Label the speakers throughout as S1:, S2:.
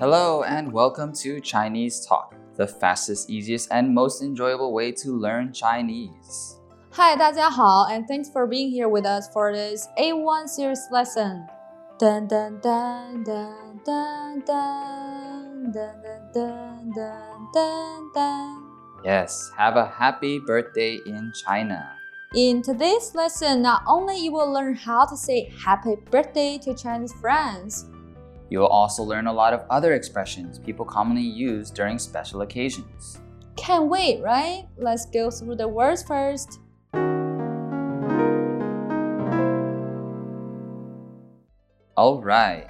S1: Hello and welcome to Chinese Talk, the fastest, easiest, and most enjoyable way to learn Chinese.
S2: Hi，大家好，and thanks for being here with us for this A1 series lesson. 噔噔噔噔噔噔噔噔噔噔噔噔。
S1: Yes, have a happy birthday in China.
S2: In today's lesson, not only you will learn how to say happy birthday to Chinese friends,
S1: You will also learn a lot of other expressions people commonly use during special occasions.
S2: can't wait, right? Let's go through the words first.
S1: All right,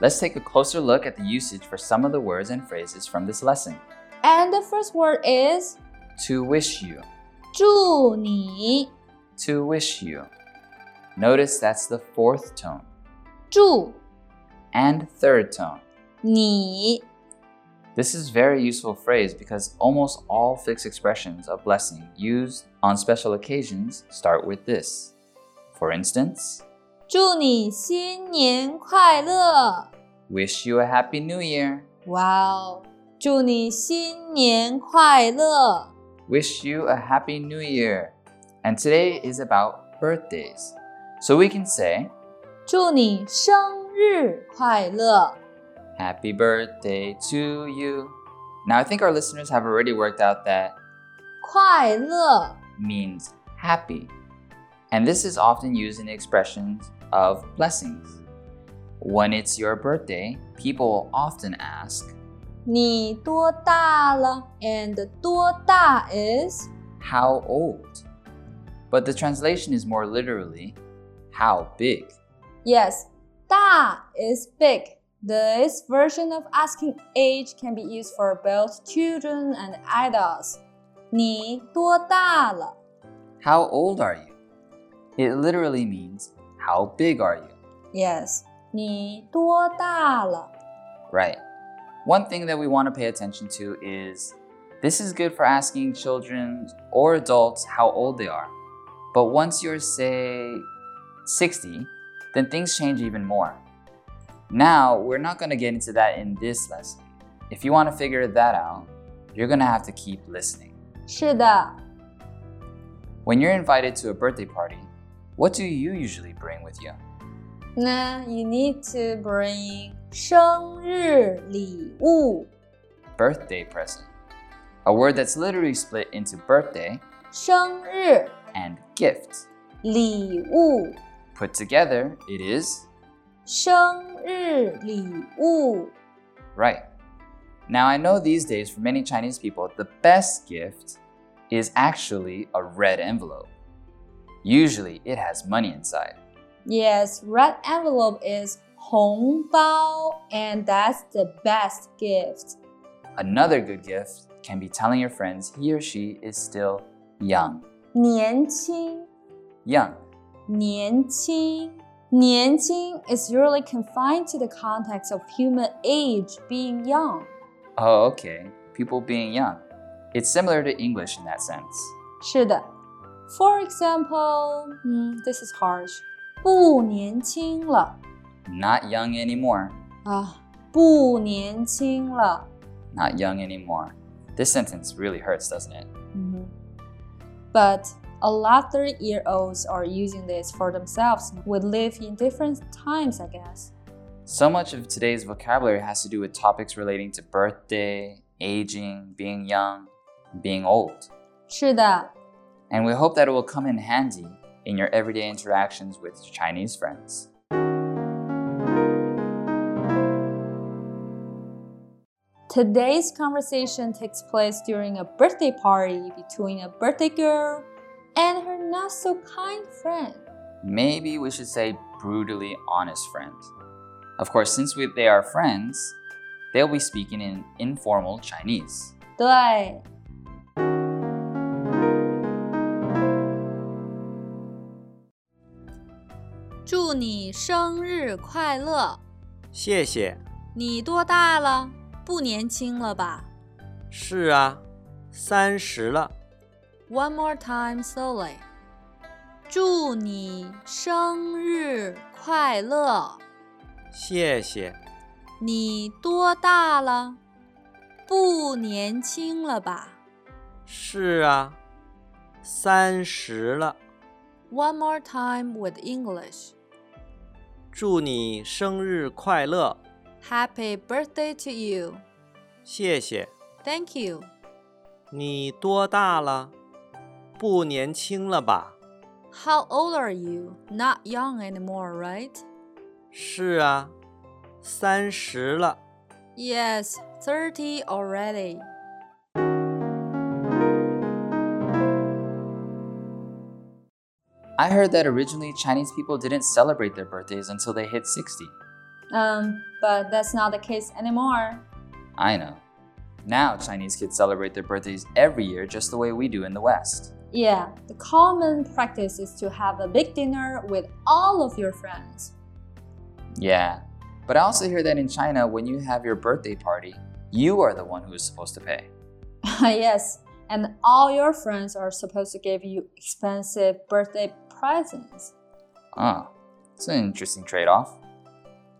S1: let's take a closer look at the usage for some of the words and phrases from this lesson.
S2: And the first word is
S1: To wish you,
S2: 祝你，
S1: to wish you. Notice that's the fourth tone
S2: 祝
S1: and third tone.
S2: 你
S1: This is very useful phrase because almost all fixed expressions of blessing used on special occasions start with this. For instance,
S2: 祝你新年快乐。
S1: wish you a happy new year,
S2: 哇哦，祝你新年快乐。
S1: wish you a happy new year. And today is about birthdays. So we can say
S2: 祝你生日快乐！
S1: happy birthday to you. Now I think our listeners have already worked out that
S2: 快乐，
S1: means happy. And this is often used in expressions of blessings. When it's your birthday, people will often ask,
S2: 你多大了？And 多大 is
S1: How old? But the translation is more literally, How big?
S2: yes，大 is big. This version of asking age can be used for both children and adults. 你多大了？
S1: How old are you? It literally means, How big are you?
S2: Yes，你多大了？
S1: Right. One thing that we want to pay attention to is this is good for asking children or adults how old they are. But once you're, say, 60, then things change even more. Now, we're not going to get into that in this lesson. If you want to figure that out, you're going to have to keep listening.
S2: 是的，
S1: When you're invited to a birthday party, what do you usually bring with you?
S2: 那 you need to bring 生日礼物，
S1: Birthday present. A word that's literally split into birthday
S2: 生日
S1: and gift.
S2: 礼物，
S1: Put together, it is
S2: 生日礼物。
S1: right. Now, I know these days for many Chinese people, the best gift is actually a red envelope. Usually, it has money inside.
S2: Yes, red envelope is 红包，and that's the best gift.
S1: Another good gift can be telling your friends he or she is still young.
S2: 年轻，
S1: Young.
S2: 年轻。年轻 is usually confined to the context of human age being young.
S1: Oh, okay. People being young. It's similar to English in that sense.
S2: 是的，For example，嗯，this is harsh，不年轻了
S1: Not young anymore.
S2: 啊，不年轻了，
S1: Not young anymore. This sentence really hurts, doesn't it?
S2: 嗯哼。But a lot thirty-year-olds are using this for themselves. We live in different times, I guess.
S1: So much of today's vocabulary has to do with topics relating to birthday, aging, being young, being old.
S2: 是的，
S1: And we hope that it will come in handy in your everyday interactions with your Chinese friends.
S2: Today's conversation takes place during a birthday party between a birthday girl and her not so kind friend.
S1: Maybe we should say brutally honest friend. Of course, since we, they are friends, they'll be speaking in informal Chinese.
S2: 对，祝你生日快乐！
S3: 谢谢。
S2: 你多大了？不年轻了吧
S3: 是啊，三十了。
S2: ？One more time slowly。祝你生日快乐！
S3: 谢谢，
S2: 你多大了？不年轻了吧
S3: 是啊，三十了，
S2: ？One more time with English.
S3: 祝你生日快乐，
S2: Happy birthday to you.
S3: 谢谢。
S2: Thank you.
S3: 你多大了？不年轻了吧？
S2: How old are you? Not young anymore, right?
S3: 是啊，三十了。
S2: Yes, 30 already.
S1: I heard that originally Chinese people didn't celebrate their birthdays until they hit 60.
S2: Um, but that's not the case anymore.
S1: I know. Now Chinese kids celebrate their birthdays every year just the way we do in the West.
S2: Yeah, the common practice is to have a big dinner with all of your friends.
S1: Yeah. But I also hear that in China, when you have your birthday party, you are the one who is supposed to pay.
S2: yes, and all your friends are supposed to give you expensive birthday presents.
S1: Ah, it's an interesting trade off.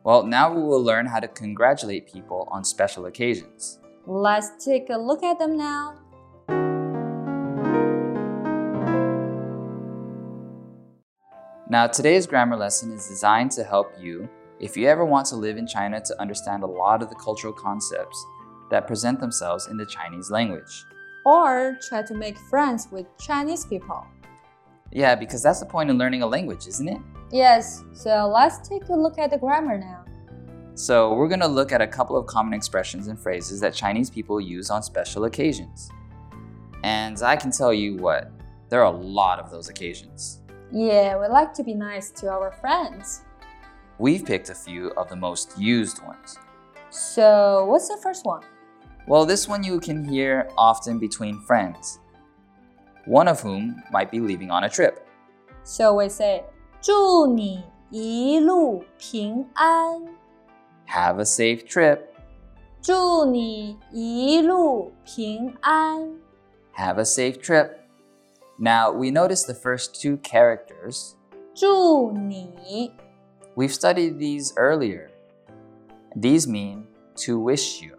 S1: Well, now we will learn how to congratulate people on special occasions.
S2: Let's take a look at them now.
S1: Now, today's grammar lesson is designed to help you if you ever want to live in China to understand a lot of the cultural concepts that present themselves in the Chinese language.
S2: Or try to make friends with Chinese people.
S1: Yeah, because that's the point in learning a language, isn't it?
S2: Yes, so let's take a look at the grammar now.
S1: So, we're going to look at a couple of common expressions and phrases that Chinese people use on special occasions. And I can tell you what, there are a lot of those occasions.
S2: Yeah, we like to be nice to our friends.
S1: We've picked a few of the most used ones.
S2: So, what's the first one?
S1: Well, this one you can hear often between friends, one of whom might be leaving on a trip.
S2: So we say, 祝你一路平安.
S1: Have a safe trip.
S2: 祝你一路平安.
S1: Have a safe trip. Now, we notice the first two characters.
S2: 祝你.
S1: We've studied these earlier. These mean to wish you.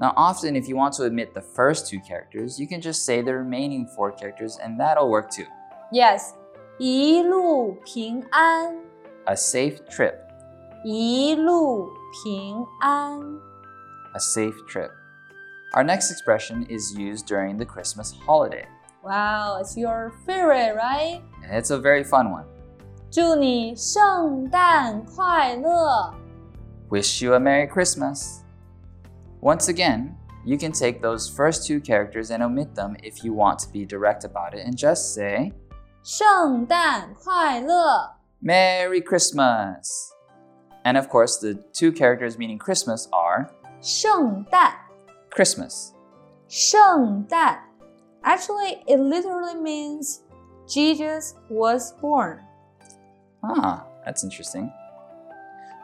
S1: Now, often, if you want to omit the first two characters, you can just say the remaining four characters, and that'll work too.
S2: Yes, 一路平安.
S1: A safe trip.
S2: 一路平安.
S1: A safe trip. Our next expression is used during the Christmas holiday,
S2: Wow, it's your favorite, right?
S1: and it's a very fun one.
S2: 祝你圣诞快乐.
S1: Wish you a Merry Christmas. Once again, you can take those first two characters and omit them if you want to be direct about it and just say,
S2: 圣诞快乐.
S1: Merry Christmas. And of course, the two characters meaning Christmas are
S2: 圣诞.
S1: Christmas.
S2: 圣诞. Actually, it literally means Jesus was born.
S1: Ah, that's interesting.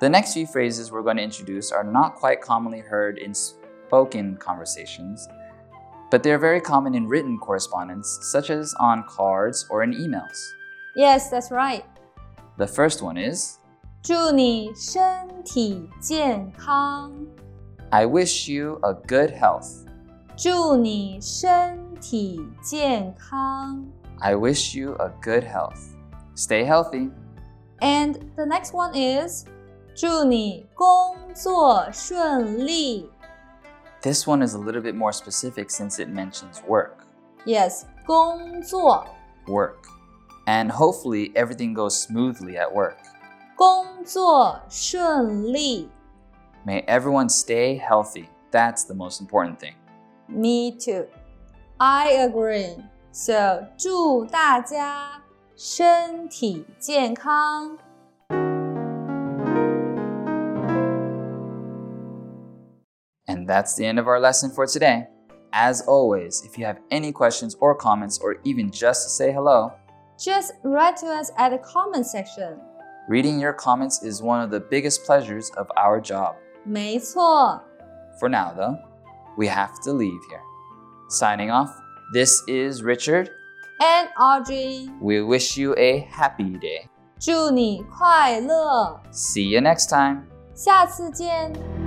S1: The next few phrases we're going to introduce are not quite commonly heard in spoken conversations, but they're very common in written correspondence, such as on cards or in emails.
S2: Yes, that's right.
S1: The first one is
S2: 祝你身体健康.
S1: I wish you a good health.
S2: 祝你身体健康.
S1: I wish you a good health. Stay healthy.
S2: And the next one is 祝你工作顺利.
S1: This one is a little bit more specific since it mentions work.
S2: Yes, 工作.
S1: Work. And hopefully everything goes smoothly at work.
S2: 工作顺利.
S1: May everyone stay healthy. That's the most important thing.
S2: Me too. I agree. So 祝大家身体健康。
S1: And that's the end of our lesson for today. As always, if you have any questions or comments or even just to say hello,
S2: Just write to us at the comment section.
S1: reading your comments is one of the biggest pleasures of our job.
S2: 没错，
S1: For now, though, we have to leave here. Signing off, this is Richard.
S2: and Audrey，
S1: We wish you a happy day.
S2: 祝你快乐，
S1: See you next time.
S2: 下次见。